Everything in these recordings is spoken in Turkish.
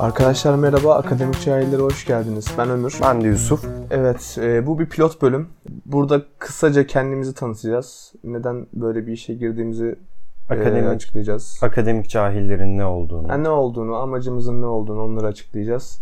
Arkadaşlar merhaba, Akademik Şairlere hoş geldiniz. Ben Ömür. Ben de Yusuf. Evet, e, bu bir pilot bölüm. Burada kısaca kendimizi tanıtacağız. Neden böyle bir işe girdiğimizi e, Akademik açıklayacağız. akademik cahillerin ne olduğunu. Yani ne olduğunu, amacımızın ne olduğunu onları açıklayacağız.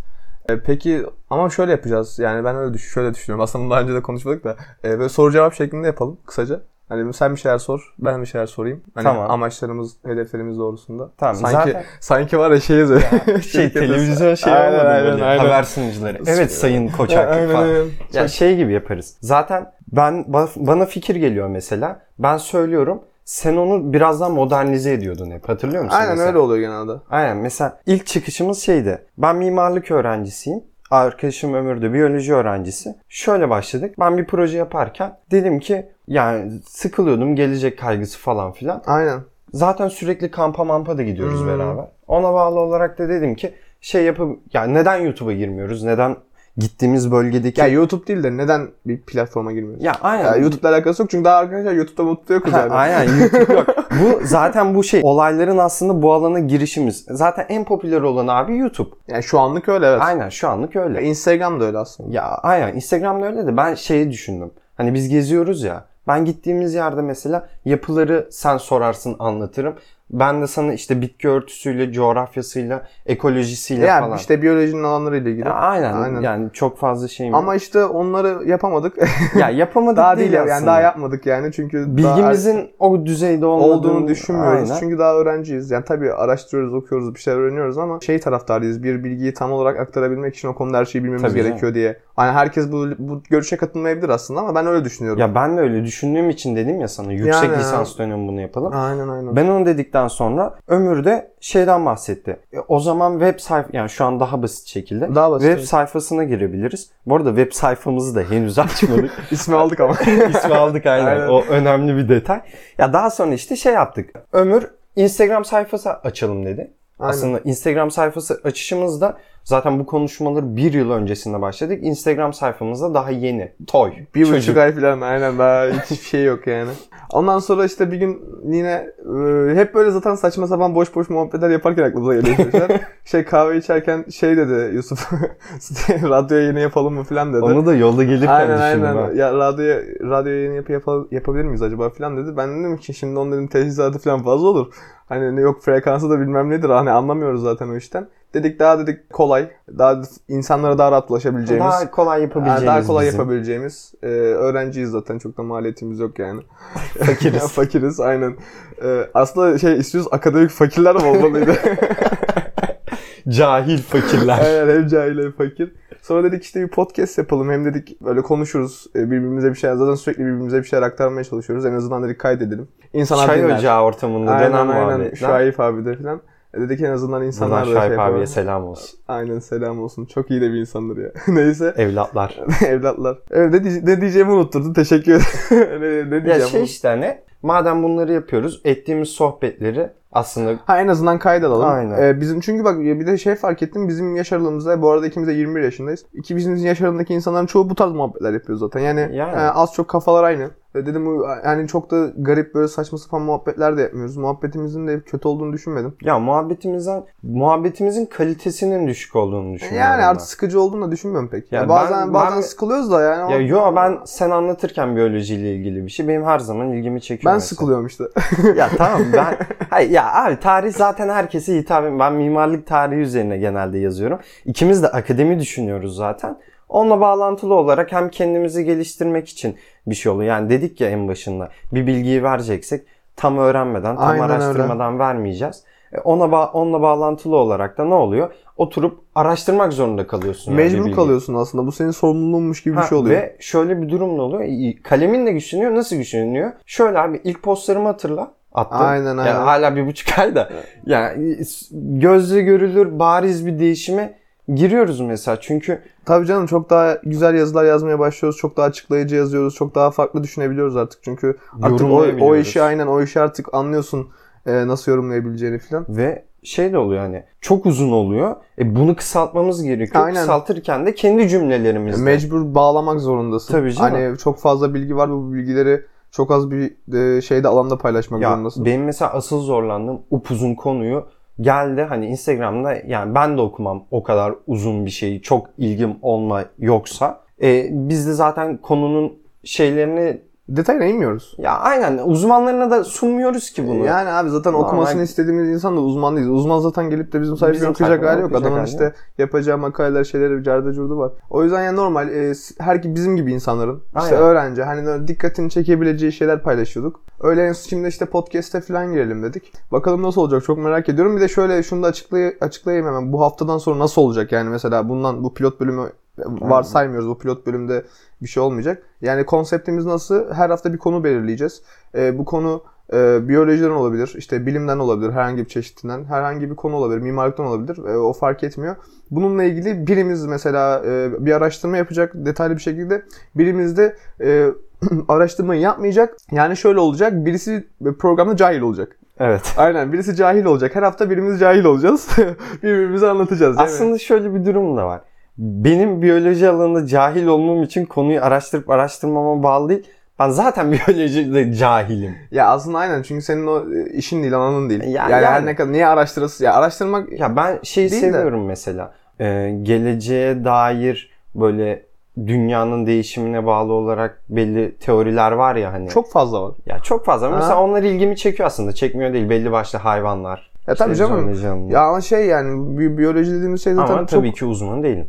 E, peki ama şöyle yapacağız. Yani ben öyle düş şöyle düşünüyorum. Aslında daha önce de konuşmadık da e, böyle soru cevap şeklinde yapalım kısaca. Hani sen bir şeyler sor, ben bir şeyler sorayım. Hani Tamam. amaçlarımız, hedeflerimiz doğrusunda. Tamam, Sanki zaten- sanki var ya şeyiz. şey televizyon şey Aynen, olmadı aynen, böyle aynen. haber sunucuları. Evet sayın koçak Aynen, falan. aynen. Ya şey gibi yaparız. Zaten ben ba- bana fikir geliyor mesela. Ben söylüyorum. Sen onu biraz daha modernize ediyordun hep. Hatırlıyor musun? Aynen mesela? öyle oluyor genelde. Aynen mesela ilk çıkışımız şeydi. Ben mimarlık öğrencisiyim. Arkadaşım Ömür de biyoloji öğrencisi. Şöyle başladık. Ben bir proje yaparken dedim ki yani sıkılıyordum gelecek kaygısı falan filan. Aynen. Zaten sürekli kampa mampa da gidiyoruz Hmm. beraber. Ona bağlı olarak da dedim ki şey yapıp yani neden YouTube'a girmiyoruz? Neden gittiğimiz bölgedeki Ya YouTube değil de neden bir platforma girmiyoruz? Ya aynen. Ya YouTube'la alakası yok çünkü daha arkadaşlar YouTube'da mutlu yok Ha, zaten. aynen YouTube yok. Bu zaten bu şey olayların aslında bu alana girişimiz. Zaten en popüler olan abi YouTube. Yani şu anlık öyle evet. Aynen şu anlık öyle. Ya Instagram da öyle aslında. Ya aynen Instagram'da öyle de ben şeyi düşündüm. Hani biz geziyoruz ya. Ben gittiğimiz yerde mesela yapıları sen sorarsın anlatırım. Ben de sana işte bitki örtüsüyle, coğrafyasıyla, ekolojisiyle Ya şey falan. işte biyolojinin alanlarıyla ilgili. Ya aynen, Aynen. yani çok fazla şey mi? Ama işte onları yapamadık. ya yapamadık daha değil aslında. yani daha yapmadık yani çünkü daha Bilgimizin o düzeyde er- olmadığını olduğunu düşünmüyoruz. Aynen. Çünkü daha öğrenciyiz. Yani tabii araştırıyoruz, okuyoruz, bir şeyler öğreniyoruz ama şey taraftarıyız. Bir bilgiyi tam olarak aktarabilmek için o konuda her şeyi bilmemiz Tabii canım. gerekiyor diye. Hani herkes bu, bu görüşe katılmayabilir aslında ama ben öyle düşünüyorum. Ya ben de öyle düşündüğüm için dedim ya sana yüksek Yani- lisans dönemi bunu yapalım. Aynen aynen. Ben onu dedikten sonra Ömür de şeyden bahsetti. E, o zaman web sayfa yani şu an daha basit şekilde Daha basit, web evet. sayfasına girebiliriz. Bu arada web sayfamızı da henüz açmadık. İsmi aldık ama. İsmi aldık aynen. Aynen. O önemli bir detay. Ya daha sonra işte şey yaptık. Ömür Instagram sayfası açalım dedi. Aynen. Aslında Instagram sayfası açışımızda zaten bu konuşmaları bir yıl öncesinde başladık. Instagram sayfamızda daha yeni. Toy. Bir çocuk. buçuk ay falan aynen daha hiçbir şey yok yani. Ondan sonra işte bir gün yine e, hep böyle zaten saçma sapan boş boş muhabbetler yaparken aklımıza geliyor çocuklar. şey kahve içerken şey dedi Yusuf radyo yayını yapalım mı falan dedi. Onu da yolda gelirken aynen düşündüm aynen. ben. Ya radyo radyo yayını yap, yapa- yapabilir miyiz acaba falan dedi. Ben dedim ki şimdi onların teçhizatı falan fazla olur. Hani ne yok frekansı da bilmem nedir. Hani anlamıyoruz zaten o işten. Dedik daha dedik kolay. Daha insanlara daha rahat ulaşabileceğimiz. Daha kolay yapabileceğimiz Yani daha kolay bizim. yapabileceğimiz. e, öğrenciyiz zaten çok da maliyetimiz yok yani. Fakiriz. Fakiriz aynen. E, aslında şey istiyoruz akademik fakirler mi olmalıydı? Cahil fakirler. aynen hem cahil hem fakir. Sonra dedik işte bir podcast yapalım. Hem dedik böyle konuşuruz e, birbirimize bir şeyler. Zaten sürekli birbirimize bir şeyler aktarmaya çalışıyoruz. En azından dedik kaydedelim. İnsanlar Çay dinler. ocağı ortamında dönen Aynen aynen. muhabbetler. Şahif abi de falan. E, Dedik en azından insanlar Buradan da şey Şahip yapar. abiye selam olsun. Aynen selam olsun. Çok iyi de bir insandır ya. Neyse. Evlatlar. Evlatlar. Evet ne, diye- ne diyeceğimi unutturdun. Teşekkür ederim. ne, ne ya diyeceğim? şey işte hani madem bunları yapıyoruz ettiğimiz sohbetleri aslında Ha en azından kaydalalım. Aynen. Ee, bizim çünkü bak bir de şey fark ettim. Bizim yaş aralığımızda bu arada ikimiz de 21 yaşındayız. İki bizim yaş aralığındaki insanların çoğu bu tarz muhabbetler yapıyor zaten. Yani, Yani. e, az çok kafalar aynı. E, Dedim bu, yani çok da garip böyle saçma sapan muhabbetler de yapmıyoruz. Muhabbetimizin de kötü olduğunu düşünmedim. ya muhabbetimizden muhabbetimizin kalitesinin düşük olduğunu düşünüyorum. Yani ben. artık sıkıcı olduğunu da düşünmüyorum pek. Ya Yani bazen ben- bazen ben- sıkılıyoruz da yani. Ya O- yo ben sen anlatırken biyolojiyle ilgili bir şey benim her zaman ilgimi çekiyor. ben mesela. sıkılıyorum işte. Ya tamam ben hayır ya abi tarih zaten herkese hitap Ben mimarlık tarihi üzerine genelde yazıyorum. İkimiz de akademi düşünüyoruz zaten. Onunla bağlantılı olarak hem kendimizi geliştirmek için bir şey oluyor. Yani dedik ya en başında bir bilgiyi vereceksek tam öğrenmeden, tam Aynen öyle. araştırmadan vermeyeceğiz. E, Ona ba- onunla bağlantılı olarak da ne oluyor? Oturup araştırmak zorunda kalıyorsun. yani bir Mecbur bilgiyi. kalıyorsun aslında. Bu senin sorumluluğunmuş gibi bir Ha, şey oluyor. Ve şöyle bir durum ne oluyor? Kalemin de güçleniyor. Nasıl güçleniyor? Şöyle abi ilk postlarımı hatırla. Attım. Aynen, aynen. Yani hala bir buçuk ay da. Yani gözle görülür bariz bir değişime giriyoruz mesela. Çünkü Tabii canım çok daha güzel yazılar yazmaya başlıyoruz. Çok daha açıklayıcı yazıyoruz. Çok daha farklı düşünebiliyoruz artık. Çünkü artık o, o Yorumlayabiliyoruz. işi aynen o işi artık anlıyorsun e, nasıl yorumlayabileceğini falan. ve şey de oluyor hani çok uzun oluyor. E bunu kısaltmamız gerekiyor. Aynen. Kısaltırken de kendi cümlelerimizle. E, Mecbur bağlamak zorundasın. Tabii canım. Hani çok fazla bilgi var ve bu bilgileri çok az bir e, şeyde alanda paylaşmak ya zorundasın. benim mesela asıl zorlandığım upuzun konuyu geldi hani Instagram'da yani ben de okumam o kadar uzun bir şeyi çok ilgim olma yoksa. E, biz de zaten konunun şeylerini Detayına inmiyoruz. ya aynen uzmanlarına da sunmuyoruz ki bunu. Yani abi zaten Normal- okumasını istediğimiz insan da uzman değil. Uzman zaten gelip de bizim sayfayı Bizim okuyacak sayfamızı hali yok. okuyacak Adamın hali işte yapacağı makaleler, şeyleri, carda curdu var. O yüzden yani normal e, s- her ki bizim gibi insanların işte Aynen. öğrenci hani böyle dikkatini çekebileceği şeyler paylaşıyorduk. Öyle en şimdi işte podcast'e falan girelim dedik. Bakalım nasıl olacak çok merak ediyorum. Bir de şöyle şunu da açıklay- açıklayayım hemen. Bu haftadan sonra nasıl olacak yani mesela bundan bu pilot bölümü varsaymıyoruz. Bu pilot bölümde bir şey olmayacak. Yani konseptimiz nasıl? Her hafta bir konu belirleyeceğiz. E, bu konu e, biyolojiden olabilir, işte bilimden olabilir, herhangi bir çeşitinden, herhangi bir konu olabilir, mimarlıktan olabilir. E, o fark etmiyor. Bununla ilgili birimiz mesela e, bir araştırma yapacak detaylı bir şekilde. Birimiz de e, araştırmayı yapmayacak. Yani şöyle olacak. Birisi programda cahil olacak. Evet. Aynen. Birisi cahil olacak. Her hafta birimiz cahil olacağız. Birbirimize anlatacağız. değil mi? Aslında şöyle bir durum da var. Benim biyoloji alanında cahil olmam için konuyu araştırıp araştırmama bağlı değil. Ben zaten biyolojide cahilim. Ya aslında aynen. Çünkü senin o e, işin değil, alanın değil. Ya- yani, yani. her ne kadar niye araştırası? Ya araştırmak Ya ben şeyi Değil de. seviyorum mesela. Ee, geleceğe dair böyle dünyanın değişimine bağlı olarak belli teoriler var ya hani. çok fazla var. ya çok fazla. Ha. Mesela onlar ilgimi çekiyor aslında. Çekmiyor değil. Belli başlı hayvanlar. Ya tabii işte canım. canlı canlı. Ya ama şey yani bi- biyoloji dediğimiz şey Ama zaten tabii, çok... Tabii. ki uzman değilim.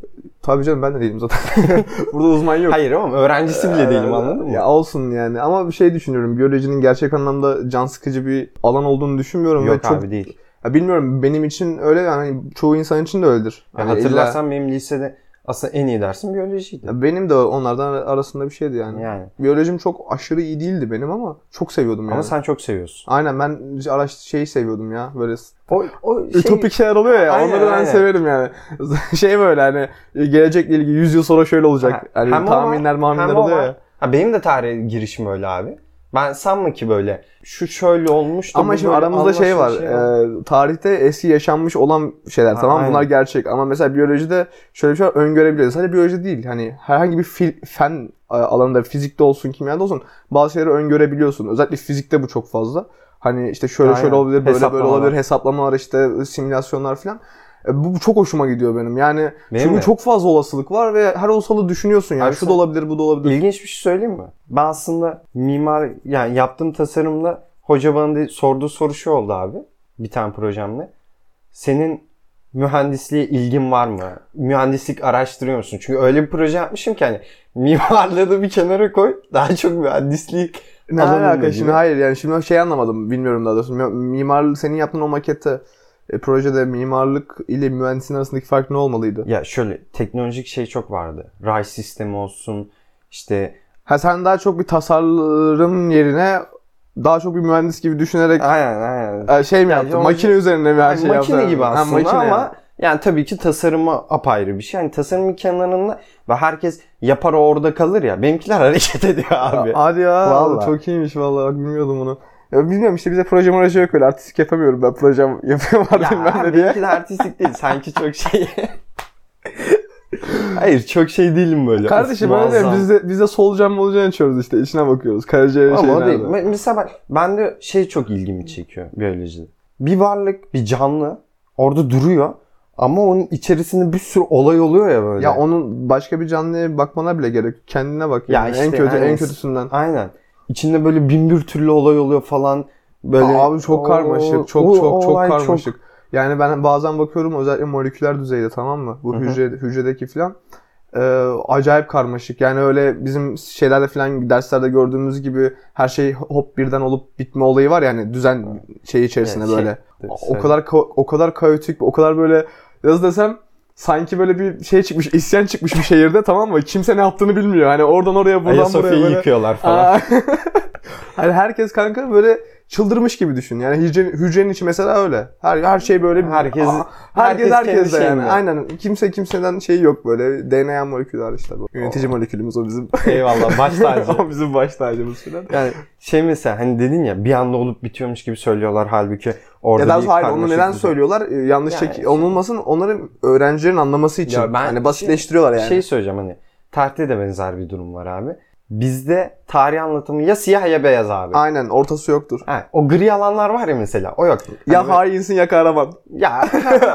canım ben de değilim zaten. Burada uzman yok. Ee, Hayır ama öğrencisi bile değilim anladın mı? Ya olsun yani ama bir şey düşünüyorum. Biyolojinin gerçek anlamda can sıkıcı bir alan olduğunu düşünmüyorum. ve Yok çok abi değil. Ya bilmiyorum benim için öyle yani hani çoğu insan için de öyledir. Ya Hani hatırlarsan benim lisede aslında en iyi dersim biyolojiydi. illa- Ya benim de onlardan arasında bir şeydi yani. Yani. Biyolojim çok aşırı iyi değildi benim ama çok seviyordum yani. Ama sen çok seviyorsun. Aynen ben araç şeyi seviyordum ya böyle s- O, o ütopik şeyler oluyor ya Şey- Aynen, onları ben aynen. severim yani. şey böyle hani gelecekle ilgili 100 yıl sonra şöyle olacak. Ha, hani hem o var, tahminler mahminler hem o oluyor var. ya. Ha, benim de tarih girişim öyle abi. Ben sanma ki böyle şu şöyle olmuş da Ama bu şimdi böyle aramızda şey var. anlaşılmış e, tarihte eski yaşanmış olan şeyler Ha, tamam mı? aynen. bunlar gerçek. Ama mesela biyolojide şöyle bir şey var öngörebiliyoruz. Sadece biyoloji değil. Hani herhangi bir fil- fen e, alanında fizikte olsun, kimyada olsun bazı şeyleri öngörebiliyorsun. Özellikle fizikte bu çok fazla. Hani işte şöyle Aynen. şöyle olabilir, böyle böyle Hesaplamalar. olabilir, hesaplamalar işte simülasyonlar falan. E, Bu bu çok hoşuma gidiyor benim. Yani Benim çünkü de. çok fazla olasılık var ve her olasılığı düşünüyorsun yani. Abi Şu sen- da olabilir, bu da olabilir. İlginç bir şey söyleyeyim mi? Ben aslında mimar yani yaptığım tasarımda hoca bana de- sorduğu soru şu oldu abi. Bir tane projemle. Senin mühendisliğe ilgin var mı? Mühendislik araştırıyor musun? Çünkü öyle bir proje yapmışım ki hani mimarlığı da bir kenara koy. Daha çok mühendisliği Ne Alanında alaka gibi. şimdi? Hayır yani şimdi şey anlamadım. Bilmiyorum daha doğrusu. Mi- Mimarlı senin yaptığın o makette e, projede mimarlık ile mühendisin arasındaki fark ne olmalıydı? Ya şöyle teknolojik şey çok vardı. Ray sistemi olsun işte Ha sen daha çok bir tasarım yerine daha çok bir mühendis gibi düşünerek aynen aynen. e, şey mi Ya, yaptın? o- Makine üzerine mi her Yani şey yaptın? makine gibi Ha, aslında makine ama yani. yani. tabii ki tasarımı apayrı bir şey. Yani tasarımın kenarında ve herkes yapar o orada kalır ya. Benimkiler hareket ediyor abi. Hadi ya. Vallahi. Çok iyiymiş vallahi. Bak bilmiyordum bunu. Ya bilmiyorum işte bize proje proje yok öyle. Artistik yapamıyorum ben. Projem yapıyorum artık ya ben de diye. benimkiler artistik değil. Sanki çok şey. Hayır çok şey değilim böyle. Kardeşim Of, öyle muazzam. biz de, biz de solucan molucan içiyoruz işte. İçine bakıyoruz. Karaciğer Ama şey o değil. nerede? Me- Mesela bak, ben de şey çok ilgimi çekiyor biyolojide. Bir varlık, bir canlı orada duruyor ama onun içerisinde bir sürü olay oluyor ya böyle. Ya onun başka bir canlıya bakmana bile gerek. yok. Kendine bak Ya yani. işte, hani en kötü en aynen. kötüsünden. Aynen. İçinde böyle bin bir türlü olay oluyor falan. Böyle Abi çok O- karmaşık. Çok o- o çok çok olay karmaşık. Yani ben bazen bakıyorum özellikle moleküler düzeyde tamam mı? Bu Hı hı. hücre hücredeki filan e, acayip karmaşık. Yani öyle bizim şeylerde filan derslerde gördüğümüz gibi her şey hop birden olup bitme olayı var yani düzen şey içerisinde Evet, şey- böyle. O Söyle. kadar ka- o kadar kaotik, o kadar böyle nasıl desem sanki böyle bir şey çıkmış, isyan çıkmış bir şehirde tamam mı? Kimse ne yaptığını bilmiyor. Hani oradan oraya, buradan buraya Ayasofya'yı böyle. yıkıyorlar falan. Aa. hani herkes kanka böyle çıldırmış gibi düşün. Yani hücre, hücrenin içi mesela öyle. Her, her şey böyle bir- Herkes- Aa, herkes herkes kendi herkeste yani. şeyinde. Aynen. Kimse kimseden şey yok böyle. DNA moleküler işte bu. Yönetici molekülümüz o bizim. Eyvallah baş tacı. o bizim baş tacımız falan. Yani şey mesela hani dedin ya bir anda olup bitiyormuş gibi söylüyorlar halbuki orada Ya daha bir sonra hayır onu karmaşık neden düzen- söylüyorlar? Ee, Yanlış Yani çek işte. olmasın. Onları öğrencilerin anlaması için. Ya ben- hani basitleştiriyorlar yani. Şey söyleyeceğim hani tarihte de benzer bir durum var abi. Bizde tarih anlatımı ya siyah ya beyaz abi. Aynen ortası yoktur. Ha, o gri alanlar var ya mesela o yok. Hani Ya böyle- hainsin ya kahraman. Ya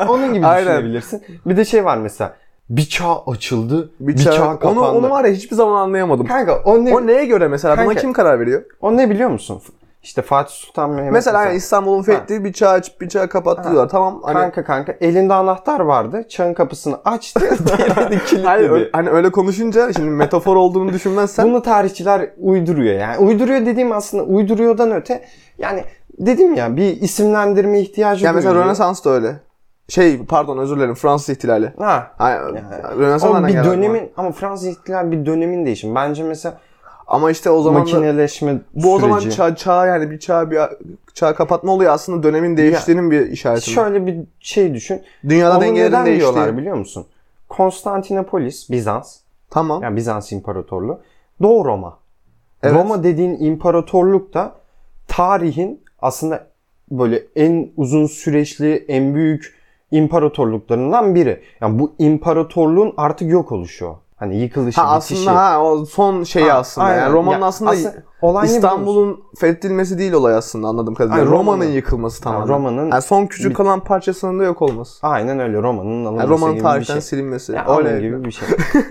onun gibi Aynen. düşünebilirsin. Bir de şey var mesela. Bir çağ açıldı, bir, çağ, Bıçak. kapandı. Onu, onu var ya hiçbir zaman anlayamadım. Kanka o ne, o O ne? neye göre mesela? Buna Kanka- kim karar veriyor? biliyor musun? İşte Fatih Sultan Mehmet. Mesela hani İstanbul'un fethi bir çağ açıp bir çağ kapattı Ha. diyorlar. Tamam hani Kanka kanka elinde anahtar vardı. Çağın kapısını açtı. diğerini kilitledi. Hayır, ö- hani öyle konuşunca şimdi metafor olduğunu düşünmezsen Bunu tarihçiler uyduruyor yani. Uyduruyor dediğim aslında uyduruyordan öte yani dedim ya bir isimlendirme ihtiyacı ya mesela duyuluyor. Rönesans da öyle. Şey pardon özür dilerim Fransız ihtilali. Ha. Hani, Ya. Rönesans O nereden bir geldi aklıma? dönemin ama Fransız ihtilal bir dönemin değişimi. Bence mesela Ama işte o zaman da- makineleşme bu o zaman süreci. çağ, çağ yani bir çağ bir çağ kapatma oluyor aslında dönemin değiştiğinin bir işareti. Şöyle bir şey düşün. Dünyada Onu dengelerin neden diyorlar değiştiği. biliyor musun? Konstantinopolis, Bizans. Tamam. Yani Bizans İmparatorluğu. Doğu Roma. Evet. Roma dediğin imparatorluk da tarihin aslında böyle en uzun süreçli, en büyük imparatorluklarından biri. Yani bu imparatorluğun artık yok oluşu. Hani yıkılışı, ha bitişi. aslında ha o son şeyi Ha, aslında. aynen. Yani Roma'nın Ya aslında, olay ne biliyor musun? İstanbul'un fethedilmesi değil olay aslında anladım kadarıyla. Hayır, Roma'nın Roma'nın- yıkılması tamamen. Roma'nın- yani son küçük kalan parçasının da yok olması. Aynen öyle Roma'nın Yani alınması Roma'nın gibi bir tarihten şey. silinmesi. Ya, Oley. onun gibi bir şey.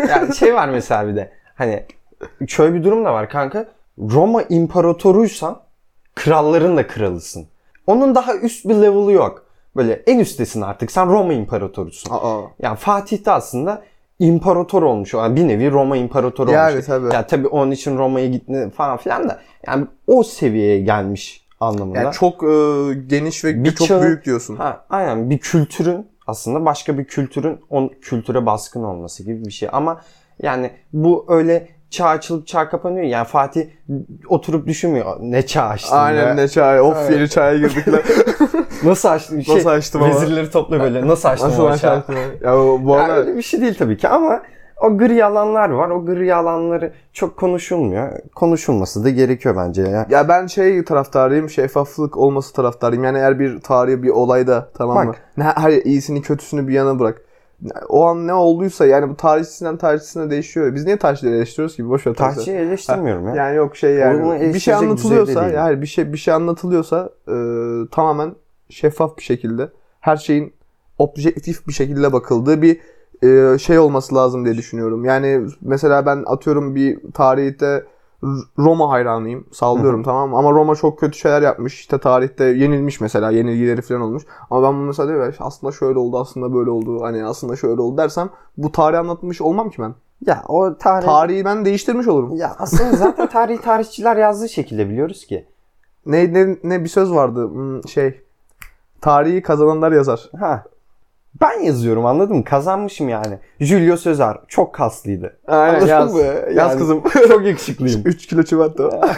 yani şey var mesela bir de. Hani şöyle bir durum da var kanka. Roma imparatoruysan kralların da kralısın. Onun daha üst bir level'ı yok. Böyle en üsttesin artık. Sen Roma imparatorusun. Aa. Yani Fatih de aslında imparator olmuş. Yani bir nevi Roma imparatoru Yani olmuş. tabii. Ya tabii onun için Roma'ya gitti falan filan da. Yani o seviyeye gelmiş anlamında. Yani çok e, geniş ve Bir çok çağ- büyük diyorsun. Ha, aynen bir kültürün aslında başka bir kültürün on kültüre baskın olması gibi bir şey. Ama yani bu öyle çağ açılıp çağ kapanıyor. Yani Fatih oturup düşünmüyor ne çağ açtım Aynen be. ne çay. Of Evet. yeni çaya girdik lan. Nasıl açtım? Şey, Nasıl açtım ama? Vezirleri topla böyle. Nasıl açtım Nasıl o çağı? açtım? Ya bu bu Yani arada öyle bir şey değil tabii ki ama o gri alanlar var. O gri alanları çok konuşulmuyor. Konuşulması da gerekiyor bence. Yani Ya ben şey taraftarıyım, şeffaflık olması taraftarıyım. Yani eğer bir tarihi bir olayda tamam mı? Bak. Ne, her iyisini kötüsünü bir yana bırak. O an ne olduysa yani bu tarihçisinden tarihçisine değişiyor. Biz niye tarihçileri eleştiriyoruz ki? Boş ver tarihçileri. tarihçiyi eleştirmiyorum ya. Yani yok şey Onu yani bir şey eleştirecek anlatılıyorsa düzeyde değil. yani bir şey bir şey anlatılıyorsa e, tamamen şeffaf bir şekilde her şeyin objektif bir şekilde bakıldığı bir e, şey olması lazım diye düşünüyorum. Yani mesela ben atıyorum bir tarihte R- Roma hayranıyım. Sallıyorum tamam mı? Ama Roma çok kötü şeyler yapmış. İşte tarihte yenilmiş mesela. Yenilgileri falan olmuş. Ama ben bunu mesela diyorum ya, aslında şöyle oldu, aslında böyle oldu. Hani aslında şöyle oldu dersem bu tarihi anlatmış olmam ki ben. Ya o tarih... Tarihi ben değiştirmiş olurum. ya aslında zaten tarihi tarihçiler yazdığı şekilde biliyoruz ki. Ne ne ne bir söz vardı Hmm, şey. Tarihi kazananlar yazar. Ha. Ben yazıyorum anladın mı? Kazanmışım yani. Julio Sözer çok kaslıydı. Aynen yaz. Yaz Yani- kızım. Çok yakışıklıyım. 3 kilo çivatta.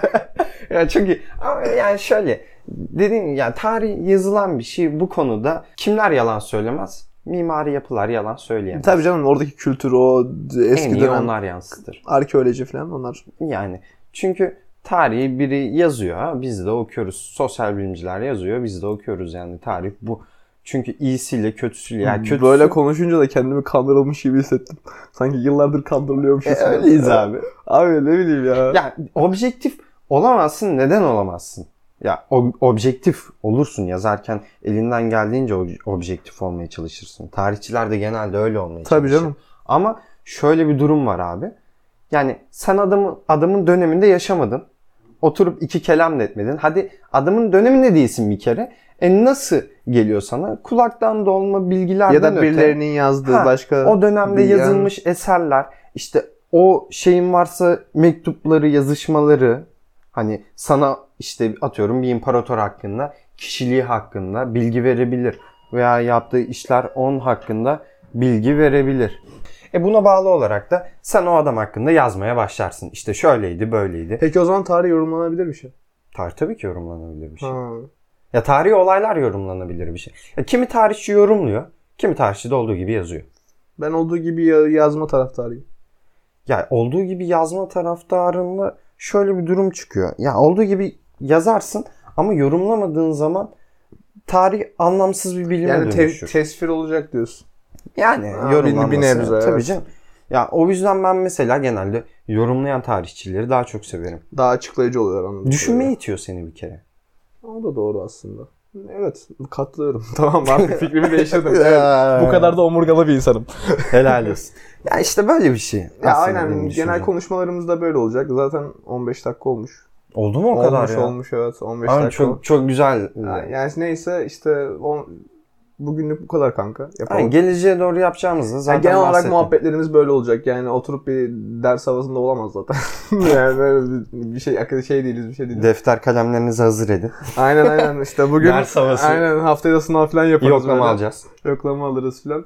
ya çok iyi. Ama yani şöyle dediğim gibi, yani tarih yazılan bir şey bu konuda kimler yalan söylemez? Mimari yapılar yalan söyleyemez. Tabii canım oradaki kültür o en eski iyi dönem onlar yansıtır. arkeoloji falan onlar. Yani çünkü tarihi biri yazıyor ha, biz de okuyoruz. Sosyal bilimciler yazıyor biz de okuyoruz yani tarih bu. Çünkü iyisiyle kötüsüyle yani kötüsü Böyle konuşunca da kendimi kandırılmış gibi hissettim. Sanki yıllardır kandırılıyormuşuz. E, öyleyiz abi. Abi ne bileyim ya. Ya objektif olamazsın neden olamazsın? Ya ob- objektif olursun yazarken elinden geldiğince ob- objektif olmaya çalışırsın. Tarihçiler de genelde öyle olmaya Tabii çalışır. canım. Ama şöyle bir durum var abi. Yani sen adamın adamın döneminde yaşamadın. Oturup iki kelam da etmedin. Hadi adamın döneminde değilsin bir kere. E nasıl geliyor sana? Kulaktan dolma bilgilerden Ya da öte- birilerinin yazdığı Ha, başka o dönemde bir- yani- yazılmış eserler işte o şeyin varsa mektupları, yazışmaları hani sana işte atıyorum bir imparator hakkında, kişiliği hakkında bilgi verebilir veya yaptığı işler onun hakkında bilgi verebilir. E buna bağlı olarak da sen o adam hakkında yazmaya başlarsın. İşte şöyleydi, böyleydi. Peki o zaman tarih yorumlanabilir bir şey. Tarih tabii ki yorumlanabilir bir şey. Ha. Ya tarihi olaylar yorumlanabilir bir şey. Ya kimi tarihçi yorumluyor, kimi tarihçi de olduğu gibi yazıyor. Ben olduğu gibi ya- yazma taraftarıyım. Ya olduğu gibi yazma taraftarında şöyle bir durum çıkıyor. Ya olduğu gibi yazarsın ama yorumlamadığın zaman tarih anlamsız bir bilime Yani te- dönüşür. tesvir olacak diyorsun. yani Ha, yorumlanması bir- bir nebze, tabii evet. canım. Ya o yüzden ben mesela genelde yorumlayan tarihçileri daha çok severim. Daha açıklayıcı oluyorlar anladığım Düşünmeye itiyor seni bir kere. kadarıyla. O da doğru aslında. Evet katılıyorum. tamam artık fikrimi değiştirdim. Evet, bu kadar da omurgalı bir insanım. helal olsun. ya işte böyle bir şey. Ya aslında benim aynen genel düşüncem. konuşmalarımız da böyle olacak. Zaten 15 dakika olmuş. oldu mu o kadar olmuş ya? olmuş evet 15 Aynen, dakika. çok çok güzel. Yani, yani neyse işte on, bugünlük bu kadar kanka. Yapalım. Aynen, geleceğe doğru yapacağımızı zaten Yani genel olarak bahsettim. muhabbetlerimiz böyle olacak. Yani oturup bir ders havasında olamaz zaten. yani böyle bir- bir şey akıl şey değiliz, bir şey değiliz. Defter kalemlerinizi hazır edin. aynen aynen işte bugün Ders havası. aynen haftaya da sınav falan yaparız. böyle. Yoklama alacağız. Yoklama alırız falan.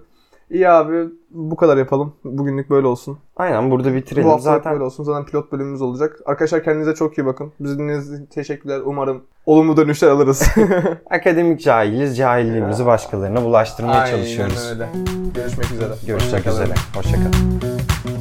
İyi abi bu kadar yapalım. Bugünlük böyle olsun. Aynen burada bitirelim. Bu haftalık zaten böyle olsun. Zaten pilot bölümümüz olacak. Arkadaşlar kendinize çok iyi bakın. Bizi dinlediğiniz için teşekkürler. Umarım olumlu dönüşler alırız. akademik cahiliz. Cahilliğimizi başkalarına bulaştırmaya Aynen çalışıyoruz. öyle. Görüşmek üzere. Görüşmek üzere. Hoşçakalın.